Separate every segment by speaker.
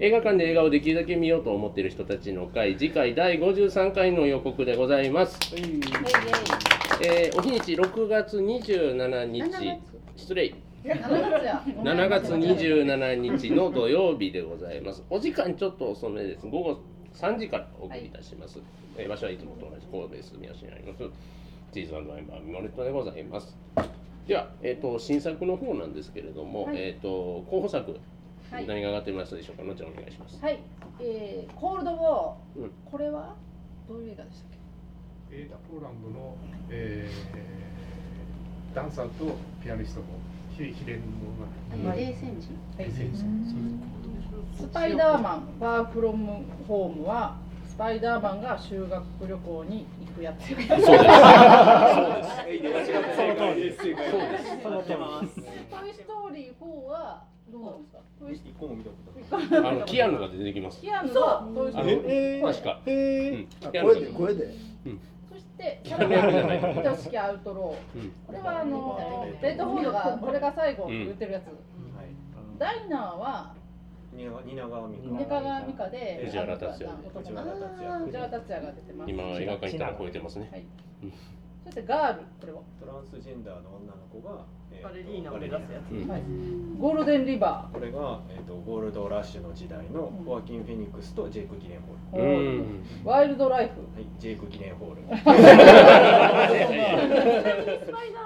Speaker 1: 映画館で映画をできるだけ見ようと思っている人たちの会次回第53回の予告でございます、えーお日にち6月27日失礼7月27日の土曜日でございますお時間ちょっと遅めです午後3時からお送りいたします、えー場所はいつもと同じ神戸住吉にありますチーズメンバーミモレットでございますでは、えー、と新作の方なんですけれども、
Speaker 2: はい
Speaker 1: えっ、と候補作
Speaker 2: はい
Speaker 1: 何が上がってますでしょうか、のちゃんお願いします
Speaker 2: はい、えー、コールドウォー、
Speaker 1: うん
Speaker 2: これはどういう映画でしたっけ
Speaker 3: えー、ポーランドの、えー、ダンサーとピアニストの秘秘伝の
Speaker 4: あの冷戦時
Speaker 3: 演奏者
Speaker 2: スパイダーマン、バーフロムホームはスパイダーマンが修学旅行に行くや つ。
Speaker 1: そうです
Speaker 5: そうです。その通りです。
Speaker 2: トイストーリー4はどうなんですかトイス
Speaker 5: 一個も見たことない。
Speaker 2: トー
Speaker 1: あ
Speaker 2: リー
Speaker 1: のキアヌが出てきます
Speaker 2: キアヌがトイスト
Speaker 1: あ
Speaker 2: ー
Speaker 1: の
Speaker 2: リー
Speaker 1: 確か、う
Speaker 6: へえ
Speaker 1: ん、キアヌ
Speaker 6: 声で声で
Speaker 2: そしてキ
Speaker 1: キャメルじゃない
Speaker 2: ャメル愛しきアウトロー、
Speaker 1: うん
Speaker 2: これはあのレッドフォードがこれが最後って言ってるやつ、ダイナーは
Speaker 5: 蜷川蜷川美
Speaker 2: ネカガミカで
Speaker 1: 藤原竜也
Speaker 2: 男
Speaker 5: 藤
Speaker 2: の
Speaker 5: 原
Speaker 2: 子
Speaker 5: 竜也。
Speaker 2: 藤原竜也が出てます
Speaker 1: 今映画館行ったら超えてますね
Speaker 2: はい
Speaker 1: うん、
Speaker 2: そしてガールこれは
Speaker 5: トランスジェンダーの女の子が、えー
Speaker 7: バレリーナを目指すや
Speaker 1: うん
Speaker 2: はいゴールデンリバ
Speaker 5: これが、えー、とゴールドラッシュの時代のホアキン・フェニックスとジェイク・ギレンホー
Speaker 2: ー、
Speaker 1: うん
Speaker 2: ワイルドライ
Speaker 5: ル、
Speaker 2: フ
Speaker 5: はい、ジェイク・ギレンホール
Speaker 4: スパイダー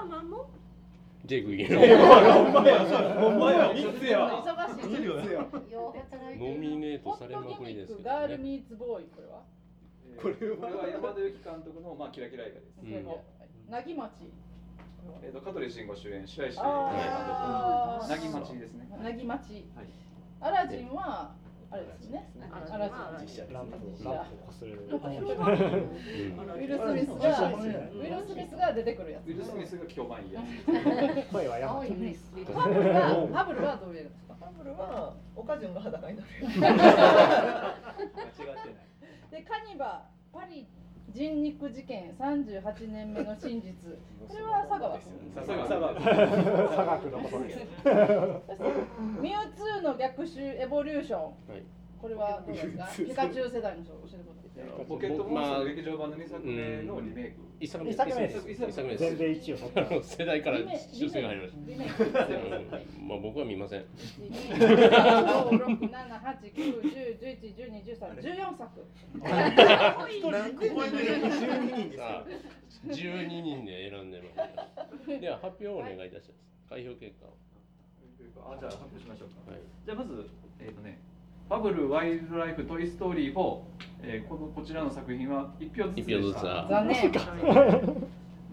Speaker 4: マンも
Speaker 1: ジェイクゲー
Speaker 5: お前は
Speaker 7: 三つ
Speaker 2: 忙し
Speaker 7: や
Speaker 2: い
Speaker 4: よう働いて
Speaker 1: ノミネー
Speaker 2: ホ
Speaker 1: トさ
Speaker 2: ッ
Speaker 1: れ
Speaker 2: ト
Speaker 1: まく
Speaker 2: ギ
Speaker 1: りで
Speaker 2: ミッ
Speaker 1: す
Speaker 2: ク
Speaker 1: け
Speaker 2: ガー
Speaker 1: ど
Speaker 2: ル
Speaker 1: ね
Speaker 2: ミーツボーイこれは
Speaker 5: これは
Speaker 7: これは山田裕貴監督のまあキラキラ映画です。
Speaker 1: うん
Speaker 2: でもなぎまち
Speaker 7: えっと香取慎吾主演白石
Speaker 2: あー
Speaker 7: なぎまちですね。
Speaker 2: なぎまち
Speaker 7: はい
Speaker 2: アラジンはあれですね
Speaker 4: あ
Speaker 2: アラジン
Speaker 5: 実写ですね
Speaker 4: ランプ
Speaker 2: ランプ
Speaker 6: こする
Speaker 1: うん
Speaker 2: ウィル・スミスが、ウィル・スミスが出てくるやつ。
Speaker 7: ウィルスミスが今日前いいやつ。
Speaker 6: 声はや
Speaker 4: 青いウイス
Speaker 2: ハブルが、ハブルはどういうやつですか。
Speaker 8: ハンブルはオカジュンが裸になる。
Speaker 5: 間違ってない
Speaker 2: で、カニバ、パリ人肉事件三十八年目の真実。これは佐川君
Speaker 5: 佐
Speaker 7: 佐
Speaker 5: 川
Speaker 7: 川
Speaker 6: 佐賀君のことです
Speaker 2: そして、ミュウツーの逆襲エボリューション。
Speaker 1: い
Speaker 2: これはどうですか。ピカチュウ世代の人、教えてください。
Speaker 7: ポケットモンスターの劇場版の2作目のリメイク。
Speaker 1: 一作目
Speaker 6: 一作目です
Speaker 1: 一作目
Speaker 6: 全
Speaker 1: で
Speaker 6: 米一を取った
Speaker 1: す世代から
Speaker 2: リメ
Speaker 1: 修正が入りまし
Speaker 2: リメイクです
Speaker 1: た、うんまあ、僕は見ません
Speaker 2: 一 二三四五六七八九十十一十二十三十四作。
Speaker 1: あ12人で選んでますでは発表をお願いいたします開票結果を
Speaker 7: あじゃあ発表しましょうか。
Speaker 1: はい
Speaker 7: じゃあまずえっ、とね。ファブル、ワイルドライフ、トイ・ストーリー4、えー、このこちらの作品は1票ずつ
Speaker 1: 一票ずつあ
Speaker 2: 残念。
Speaker 7: で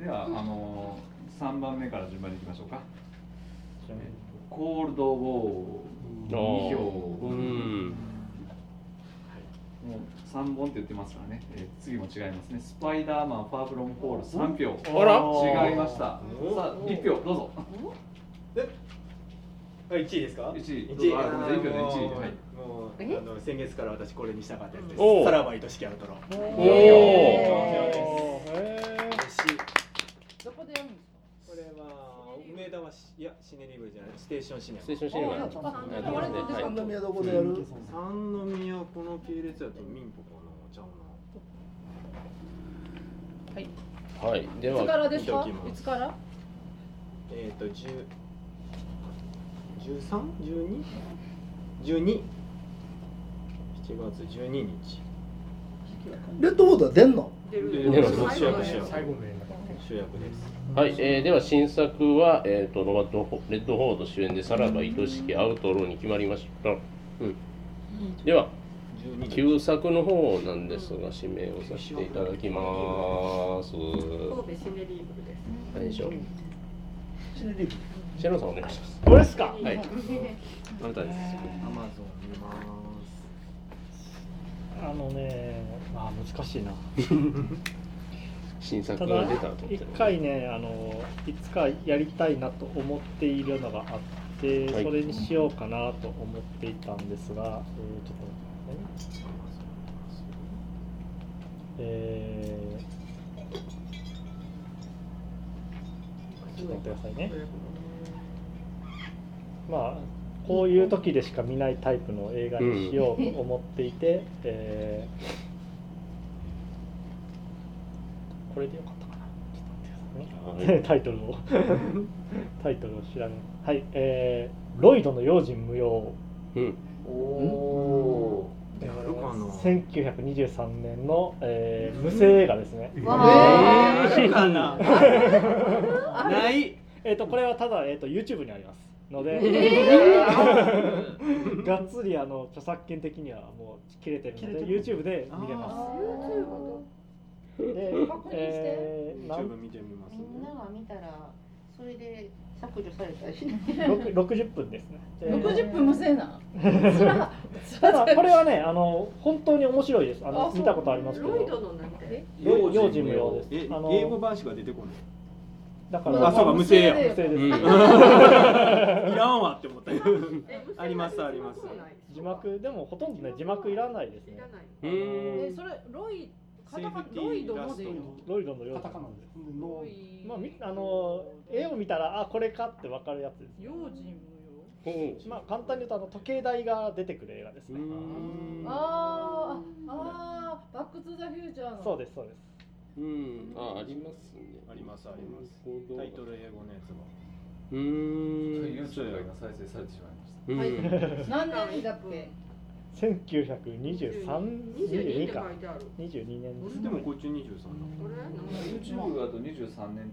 Speaker 7: は、あのー、3番目から順番にいきましょうか。コールドウォー2票、
Speaker 1: う
Speaker 7: もうん3本って言ってますからね、えー次も違いますね、スパイダーマン、ファーブロンホール3票、
Speaker 1: あら
Speaker 7: 違いました、さあ、1票、どうぞ、
Speaker 5: あ一位ですか
Speaker 7: 一位
Speaker 5: 一位
Speaker 7: あごめんなさい一票で一位
Speaker 5: もう
Speaker 7: はい
Speaker 5: もう
Speaker 4: え
Speaker 5: あの先月から私これにしたかったやつです
Speaker 1: おう
Speaker 5: さらば愛しきアウトロ
Speaker 1: お
Speaker 2: お
Speaker 5: 嬉しい
Speaker 2: どこで読むんですか。
Speaker 5: これは梅田はしいやシネリブルじゃないステーションシネ
Speaker 1: ステー
Speaker 5: マ
Speaker 1: ションシネマ
Speaker 2: あ
Speaker 1: はい
Speaker 2: なん
Speaker 4: か
Speaker 1: はい
Speaker 6: 三宮どこでやる
Speaker 5: 三宮この系列だと民法かなちゃうな
Speaker 1: はい、で
Speaker 2: いつか
Speaker 1: は
Speaker 2: らですか
Speaker 5: 見ておき。ま
Speaker 2: い
Speaker 5: す
Speaker 2: つから。
Speaker 5: えっ、ー、と十十三十二十二七月十二日
Speaker 6: レッドボードは出んの
Speaker 5: 主役主
Speaker 3: 最
Speaker 5: 役
Speaker 3: 後の映
Speaker 5: 主役です
Speaker 1: はい、えーでは新作は、えー、とロバートホ・レッドフォード主演で「さらば愛しきアウトロー」に決まりました、うん、では
Speaker 5: 十二
Speaker 1: 旧作の方なんですが指名をさせていただきますは
Speaker 4: 神戸シネリーブルです
Speaker 1: いでしょう
Speaker 6: シネリブ
Speaker 1: シェロンさんお願いします
Speaker 6: これっすか
Speaker 1: はいあなたです
Speaker 5: アマゾン見ます
Speaker 6: あのねまあ難しいな
Speaker 1: 新作
Speaker 6: た
Speaker 1: が
Speaker 6: だ
Speaker 1: 出たと思っ
Speaker 6: 一
Speaker 1: て
Speaker 6: 回ねあのいつかやりたいなと思っているのがあって
Speaker 1: はい
Speaker 6: それにしようかなと思っていたんですが、えーちょっと待ってねえーちょっと待ってくださいね。まあ、こういう時でしか見ないタイプの映画にしようと思っていて、えーこれでよかったかなちょっと待ってくださいねタイトルを タイトルを調べますはいえーロイドの用心無用
Speaker 1: うん
Speaker 5: おおーやるかな
Speaker 6: 1923年の、えー無声映画ですね。
Speaker 4: わ
Speaker 9: えー、かな。 ない。
Speaker 6: えっ、とこれはただえっ、と YouTube にありますので、 がっつりあの著作権的にはもう切れてるので YouTube で見れます。
Speaker 4: YouTube
Speaker 6: で
Speaker 4: 確認して、
Speaker 6: えー、なん
Speaker 5: YouTube 見てみます
Speaker 4: みん
Speaker 5: ね
Speaker 4: なが見たらそれで削除されたりしない。
Speaker 6: 六六十分ですね。で
Speaker 2: 六十分無制な。
Speaker 6: ただこれはねあの本当に面白いです。あの
Speaker 2: あそう
Speaker 6: 見たことありますけ
Speaker 10: ロイド
Speaker 6: ど、
Speaker 10: のなんて
Speaker 6: 用用心無用です
Speaker 5: え。
Speaker 6: あの
Speaker 5: 英語版しか出てこな
Speaker 6: だか
Speaker 5: あ
Speaker 6: ら
Speaker 5: そうか無声や
Speaker 6: 無声です。
Speaker 5: いいらんわって 思ったよ
Speaker 10: え
Speaker 5: ありますあります
Speaker 10: 字幕はない
Speaker 6: 字幕でもほとんどね字幕いらないです
Speaker 10: い
Speaker 6: ね
Speaker 10: ら。ない
Speaker 1: うん
Speaker 10: えそれロイカタカナロイドもでいいの
Speaker 6: ロイドの用
Speaker 9: カ
Speaker 6: 心
Speaker 9: タカナで。
Speaker 10: ロ
Speaker 9: ノー
Speaker 10: イ
Speaker 6: まあ、みあの絵を見たらあこれかって分かるやつです、
Speaker 10: 用心
Speaker 1: ほう
Speaker 6: まあ、簡単に言うとあの時計台が出てくる映画です
Speaker 1: う
Speaker 6: ね、
Speaker 1: ん
Speaker 2: ああ、ああ、バックトゥザフューチャーの。
Speaker 6: そうですそうです
Speaker 1: うんあありますね
Speaker 5: ありますあります
Speaker 1: なるほど
Speaker 5: タイトル英語のやつは
Speaker 1: うーん
Speaker 7: YouTube が再生されてしまいました。
Speaker 1: うん
Speaker 10: はい
Speaker 2: 何年だっけ。
Speaker 10: 二十二って書いて
Speaker 6: 1923か
Speaker 10: ある
Speaker 6: 22年です
Speaker 5: でもこっち23な
Speaker 10: これなんか
Speaker 7: YouTube があと23年っ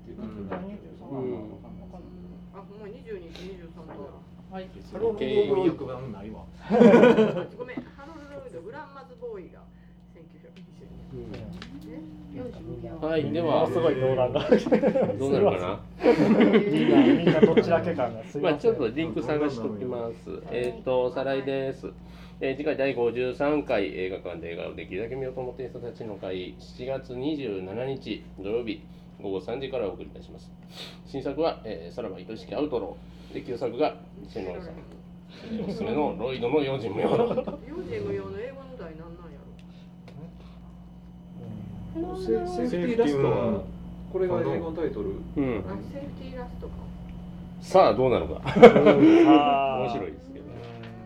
Speaker 7: ていうことになってる。
Speaker 1: うん
Speaker 10: あほんま二十二二十三だ
Speaker 2: はい。
Speaker 5: ハロー語力がないわ
Speaker 10: あごめんハロルドロイドグランマズボーイが1922
Speaker 1: はいで
Speaker 6: も
Speaker 1: は
Speaker 6: のすごい動乱が
Speaker 1: どうなるかな
Speaker 6: みんなみんなどちらけ感がすい
Speaker 1: まあ
Speaker 6: ま
Speaker 1: ち
Speaker 6: せ
Speaker 1: ょ
Speaker 6: ん、
Speaker 1: っとリンク探しときます。えっ、とおさらいです。えー次回第53回映画館で映画をできるだけ見ようと思っている人たちの会7月27日土曜日午後3時からお送りいたします。新作は、えーさらば愛しきアウトローで旧作がシェノンさん、えーおすすめのロイドの用心無用。
Speaker 10: 用心無用の英語の題なんなんやろ
Speaker 7: セーフティーラストはこれが英語のタイトル。
Speaker 1: うん。
Speaker 10: あセーフティーラストか
Speaker 1: さあどうなるか面
Speaker 6: 面
Speaker 1: 白いですけど。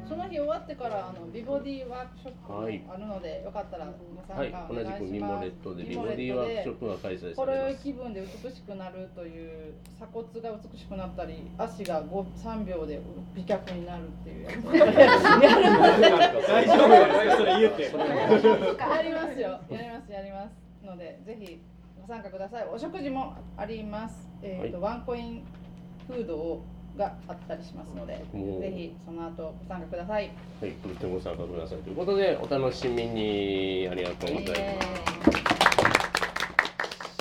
Speaker 2: その日終わってからあの美ボディワークショップも
Speaker 1: はい
Speaker 2: あるので、よかったらご参
Speaker 1: はい
Speaker 2: 加お
Speaker 1: 同
Speaker 2: 願いし
Speaker 1: じくミモ
Speaker 2: ます。
Speaker 1: レットでリボディワークショップが開催
Speaker 2: こ
Speaker 1: され
Speaker 2: れ
Speaker 1: ます。
Speaker 2: 気分で美しくなるという鎖骨が美しくなったり足が5 3秒で美脚になるっていうやつ
Speaker 5: 大丈夫 だよそれ言うて
Speaker 2: やりますよやりますやりますのでぜひご参加くださいお食事もあります、えーとワンコインフードをがあったりしますのでぜ
Speaker 1: もう
Speaker 2: ひその後ご参加ください
Speaker 1: はい、ご参加くださいということで、お楽しみに。ありがとうございます。
Speaker 2: イエーイ